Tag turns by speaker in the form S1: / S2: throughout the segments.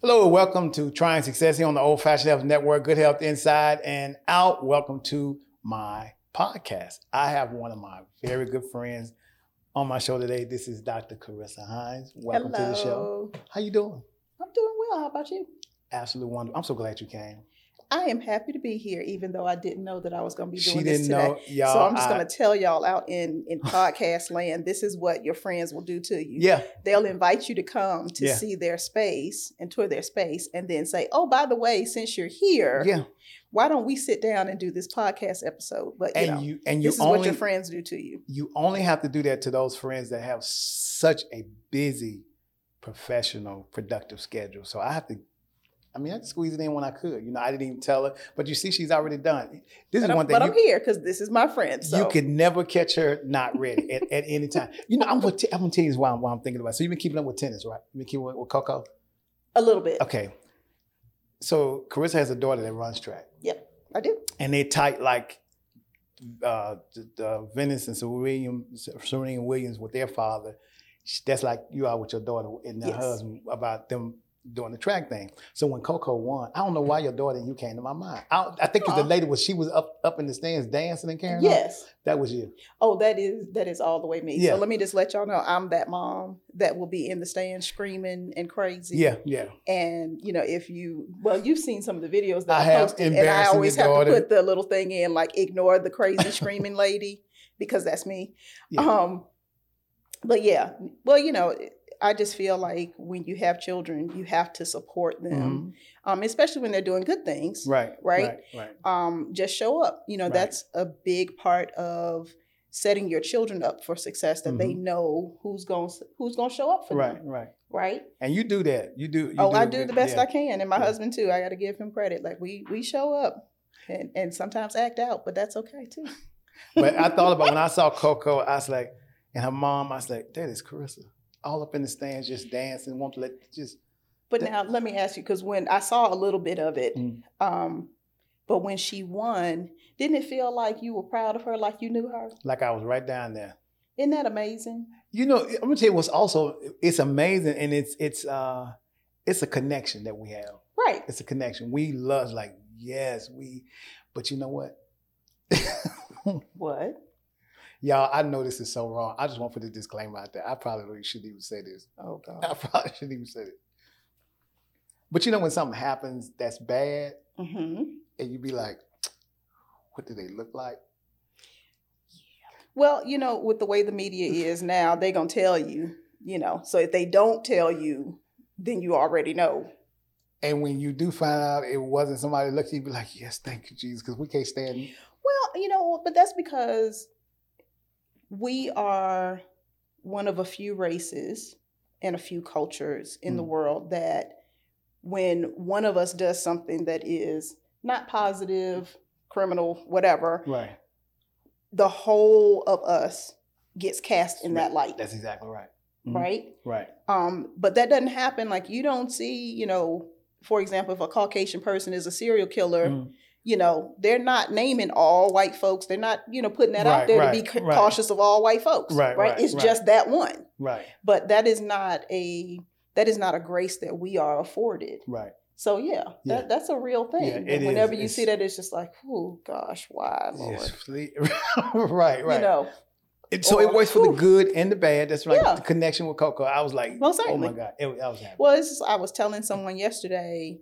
S1: Hello, welcome to Trying Success here on the Old Fashioned Health Network, Good Health Inside and Out. Welcome to my podcast. I have one of my very good friends on my show today. This is Dr. Carissa Hines. Welcome to the show.
S2: Hello.
S1: How you doing?
S2: I'm doing well. How about you?
S1: Absolutely wonderful. I'm so glad you came.
S2: I am happy to be here, even though I didn't know that I was going to be doing
S1: She
S2: this
S1: didn't
S2: today.
S1: know, y'all.
S2: so I'm just
S1: I-
S2: going to tell y'all out in in podcast land, this is what your friends will do to you.
S1: yeah,
S2: They'll invite you to come to
S1: Yeah.
S2: see their space and tour their space, and then say, "Oh, by the way, since you're here,
S1: yeah,
S2: why don't we sit down and do this podcast episode?" But you
S1: and
S2: know,
S1: you and you
S2: this is
S1: only
S2: what your friends do to you.
S1: you only have to do that to those friends that have such a busy professional productive schedule so i have to i mean i had to squeeze it in when i could you know i didn't even tell her but you see she's already done this
S2: But,
S1: is
S2: I'm,
S1: one
S2: but
S1: thing
S2: I'm
S1: you,
S2: here because this is my friend. So
S1: you could never catch her not ready at, at any time you know i'm gonna, t- I'm gonna tell you this why I'm, why I'm thinking about it. so you've been keeping up with tennis right you've been keeping up with coco
S2: a little bit,
S1: okay so carissa has a daughter that runs track
S2: I do.
S1: and they tight like uh, th- uh, Venice and Sir William, Serena and Williams with their father. Sh- That's like you are with your daughter and her
S2: Yes.
S1: husband about them doing the track thing. So when Coco won, I don't know why your daughter and you came to my mind. I, I think it's the
S2: Aw.
S1: lady was she was up up in the stands dancing and carrying. on?
S2: Yes.
S1: that was you.
S2: Oh, that is that is all the way me.
S1: Yeah.
S2: So let me just let y'all know I'm that mom that will be in the stand screaming and crazy.
S1: Yeah, yeah.
S2: And you know, if you well, you've seen some of the videos that
S1: I
S2: I,
S1: have
S2: posted, and I
S1: embarrassing
S2: always
S1: your
S2: have to
S1: daughter.
S2: put the little thing in like ignore the crazy screaming lady because that's me.
S1: Yeah.
S2: Um, but yeah, well, you know, I just feel like when you have children, you have to support them,
S1: Mhm.
S2: um, especially when they're doing good things
S1: Right,
S2: Right?
S1: right, right.
S2: um, just show up. You know,
S1: Right.
S2: that's a big part of setting your children up for success that they know who's going to who's going to show up for
S1: Mm-hmm. Right,
S2: them,
S1: right.
S2: right?
S1: And you do that. You do. You
S2: oh, I
S1: a
S2: do
S1: good-
S2: the best
S1: yeah.
S2: I can, and my
S1: Yeah.
S2: husband too. I got to give him credit. Like we we show up. And, and sometimes act out, but that's okay too.
S1: But I thought about when I saw Coco, I was like, and her mom, I was like, that is Carissa. All up in the stands, just dancing, won't let just
S2: But
S1: that-
S2: now let me ask you, because when I saw a little bit of it,
S1: Mm.
S2: um, but when she won, didn't it feel like you were proud of her, like you knew her?
S1: like I was right down there.
S2: Isn't that amazing?
S1: You know, I'm gonna tell you what's also it's amazing and it's it's uh it's a connection that we have.
S2: Right.
S1: It's a connection. We love like, yes, we but you know what?
S2: What?
S1: Y'all, I know this is so wrong. I just want to put a disclaimer out there. I probably shouldn't even say this.
S2: Oh God.
S1: I probably shouldn't even say it. But you know when something happens that's bad
S2: Mm-hmm.
S1: and you be like, what do they look like?
S2: Well, you know, with the way the media is now, they're going to tell you, you know. So if they don't tell you, then you already know.
S1: And when you do find out it wasn't somebody lucky, you be like, yes, thank you, Jesus, because we can't stand.
S2: Well, you know, but that's because we are one of a few races and a few cultures in the
S1: Mm.
S2: world that when one of us does something that is not positive, criminal, whatever,
S1: Right.
S2: the whole of us gets cast in that light,
S1: That's exactly right. Mhm.
S2: right?
S1: Right.
S2: Um, but that doesn't happen. Like you don't see, you know, for example, if a Caucasian person is a serial killer,
S1: Mhm.
S2: you know, they're not naming all white folks. They're not, you know, putting that
S1: Right,
S2: out there
S1: right,
S2: to be ca-
S1: right.
S2: cautious of all white folks.
S1: Right, right,
S2: it's
S1: right.
S2: just that one.
S1: Right.
S2: But that is not a that is not a grace that we are afforded.
S1: Right.
S2: So yeah,
S1: Yeah.
S2: That, that's a real
S1: Yeah,
S2: thing.
S1: it
S2: And whenever
S1: is.
S2: you
S1: It's-
S2: see that, it's just like, oh gosh, why, Lord?
S1: Yes. right. Right.
S2: You know,
S1: It- so it works for the
S2: Oof.
S1: good and the bad. That's right.
S2: Yeah.
S1: The connection with Coco. I was like,
S2: most
S1: oh
S2: certainly.
S1: my God. It, I was happy.
S2: Well, it's just, I was telling someone yesterday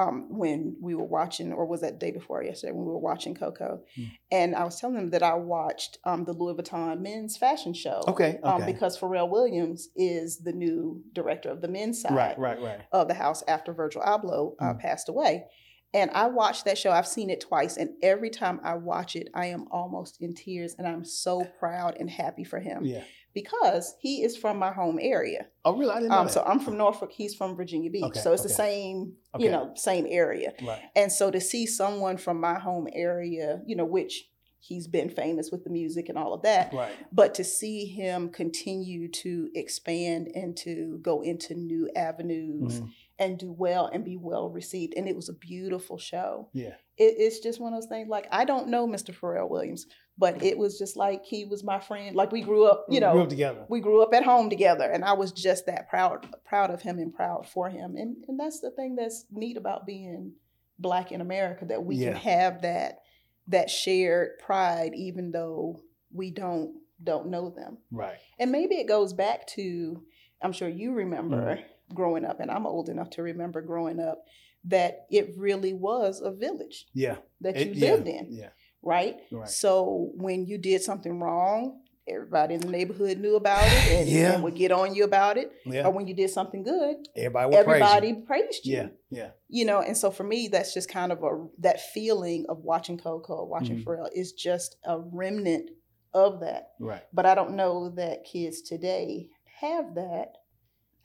S2: um, when we were watching, or was that the day before yesterday when we were watching Coco,
S1: Hmm.
S2: and I was telling them that I watched um, the Louis Vuitton men's fashion show
S1: okay. Okay.
S2: um, because Pharrell Williams is the new director of the men's side
S1: right. Right. Right.
S2: of the house after Virgil Abloh uh,
S1: Hmm.
S2: passed away. And I watched that show. I've seen it twice, and every time I watch it, I am almost in tears, and I'm so proud and happy for him
S1: Yeah.
S2: because he is from my home area.
S1: Oh, really? I didn't know
S2: Um,
S1: that.
S2: so I'm from Norfolk. He's from Virginia Beach.
S1: Okay,
S2: So it's the
S1: okay.
S2: same,
S1: Okay.
S2: you know, same area.
S1: right.
S2: And so to see someone from my home area, you know, which he's been famous with the music and all of that,
S1: Right.
S2: but to see him continue to expand and to go into new avenues
S1: Mhm.
S2: and do well and be well received, and it was a beautiful show.
S1: Yeah.
S2: it, it's just one of those things. Like I don't know Mr. Pharrell Williams, but it was just like he was my friend. Like we grew up, you know,
S1: Mm-hmm. grew up together.
S2: we grew up at home together, and I was just that proud proud of him and proud for him. And and that's the thing that's neat about being black in America that we
S1: Yeah.
S2: can have that that shared pride, even though we don't don't know them.
S1: Right.
S2: And maybe it goes back to, I'm sure you remember
S1: Mm-hmm.
S2: growing up, and I'm old enough to remember growing up, that it really was a village
S1: Yeah.
S2: that
S1: It-
S2: you
S1: yeah.
S2: lived in,
S1: Yeah.
S2: right?
S1: Right.
S2: So when you did something wrong, everybody in the neighborhood knew about it and,
S1: Yeah.
S2: and would get on you about it.
S1: Yeah.
S2: Or when you did something good,
S1: Everybody will
S2: everybody praised
S1: praise
S2: you.
S1: you. Yeah. Yeah.
S2: You know, and so for me, that's just kind of a that feeling of watching Coco, watching
S1: Mhm.
S2: Pharrell is just a remnant of that
S1: Right.
S2: but I don't know that kids today have that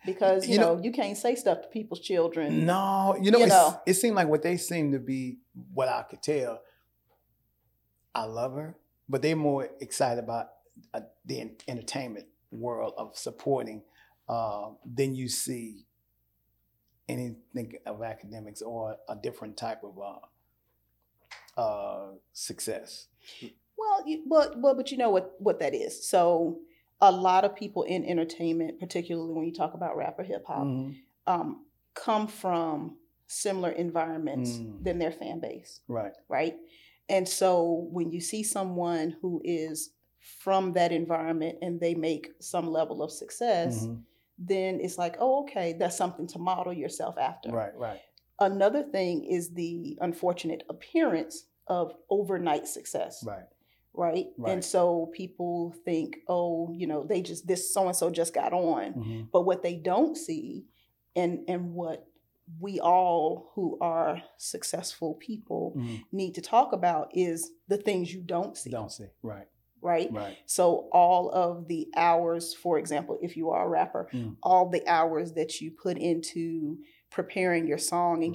S2: because you,
S1: You know-
S2: know, you can't say stuff to people's children.
S1: No, you know,
S2: You
S1: it's-
S2: know.
S1: it seemed like what they seem to be, what I could tell. I love her, but they're more excited about uh, the en- entertainment world of supporting uh, than you see anything of academics or a different type of uh, uh, success.
S2: Well, you, but well, but you know what what that is. So a lot of people in entertainment, particularly when you talk about rap or hip hop,
S1: Mhm.
S2: um, come from similar environments
S1: Mm.
S2: than their fan base,
S1: Right.
S2: right? And so when you see someone who is from that environment and they make some level of success,
S1: Mhm.
S2: then it's like, oh, okay, that's something to model yourself after.
S1: Right. Right.
S2: Another thing is the unfortunate appearance of overnight success,
S1: Right.
S2: right?
S1: Right.
S2: And so people think, oh, you know, they just this so and so just got on,
S1: Mhm.
S2: but what they don't see, and and what we all who are successful people
S1: Mhm.
S2: need to talk about is the things you don't see,
S1: Don't see. Right.
S2: right?
S1: Right.
S2: So all of the hours, for example, if you are a rapper,
S1: Mm.
S2: all the hours that you put into preparing your song and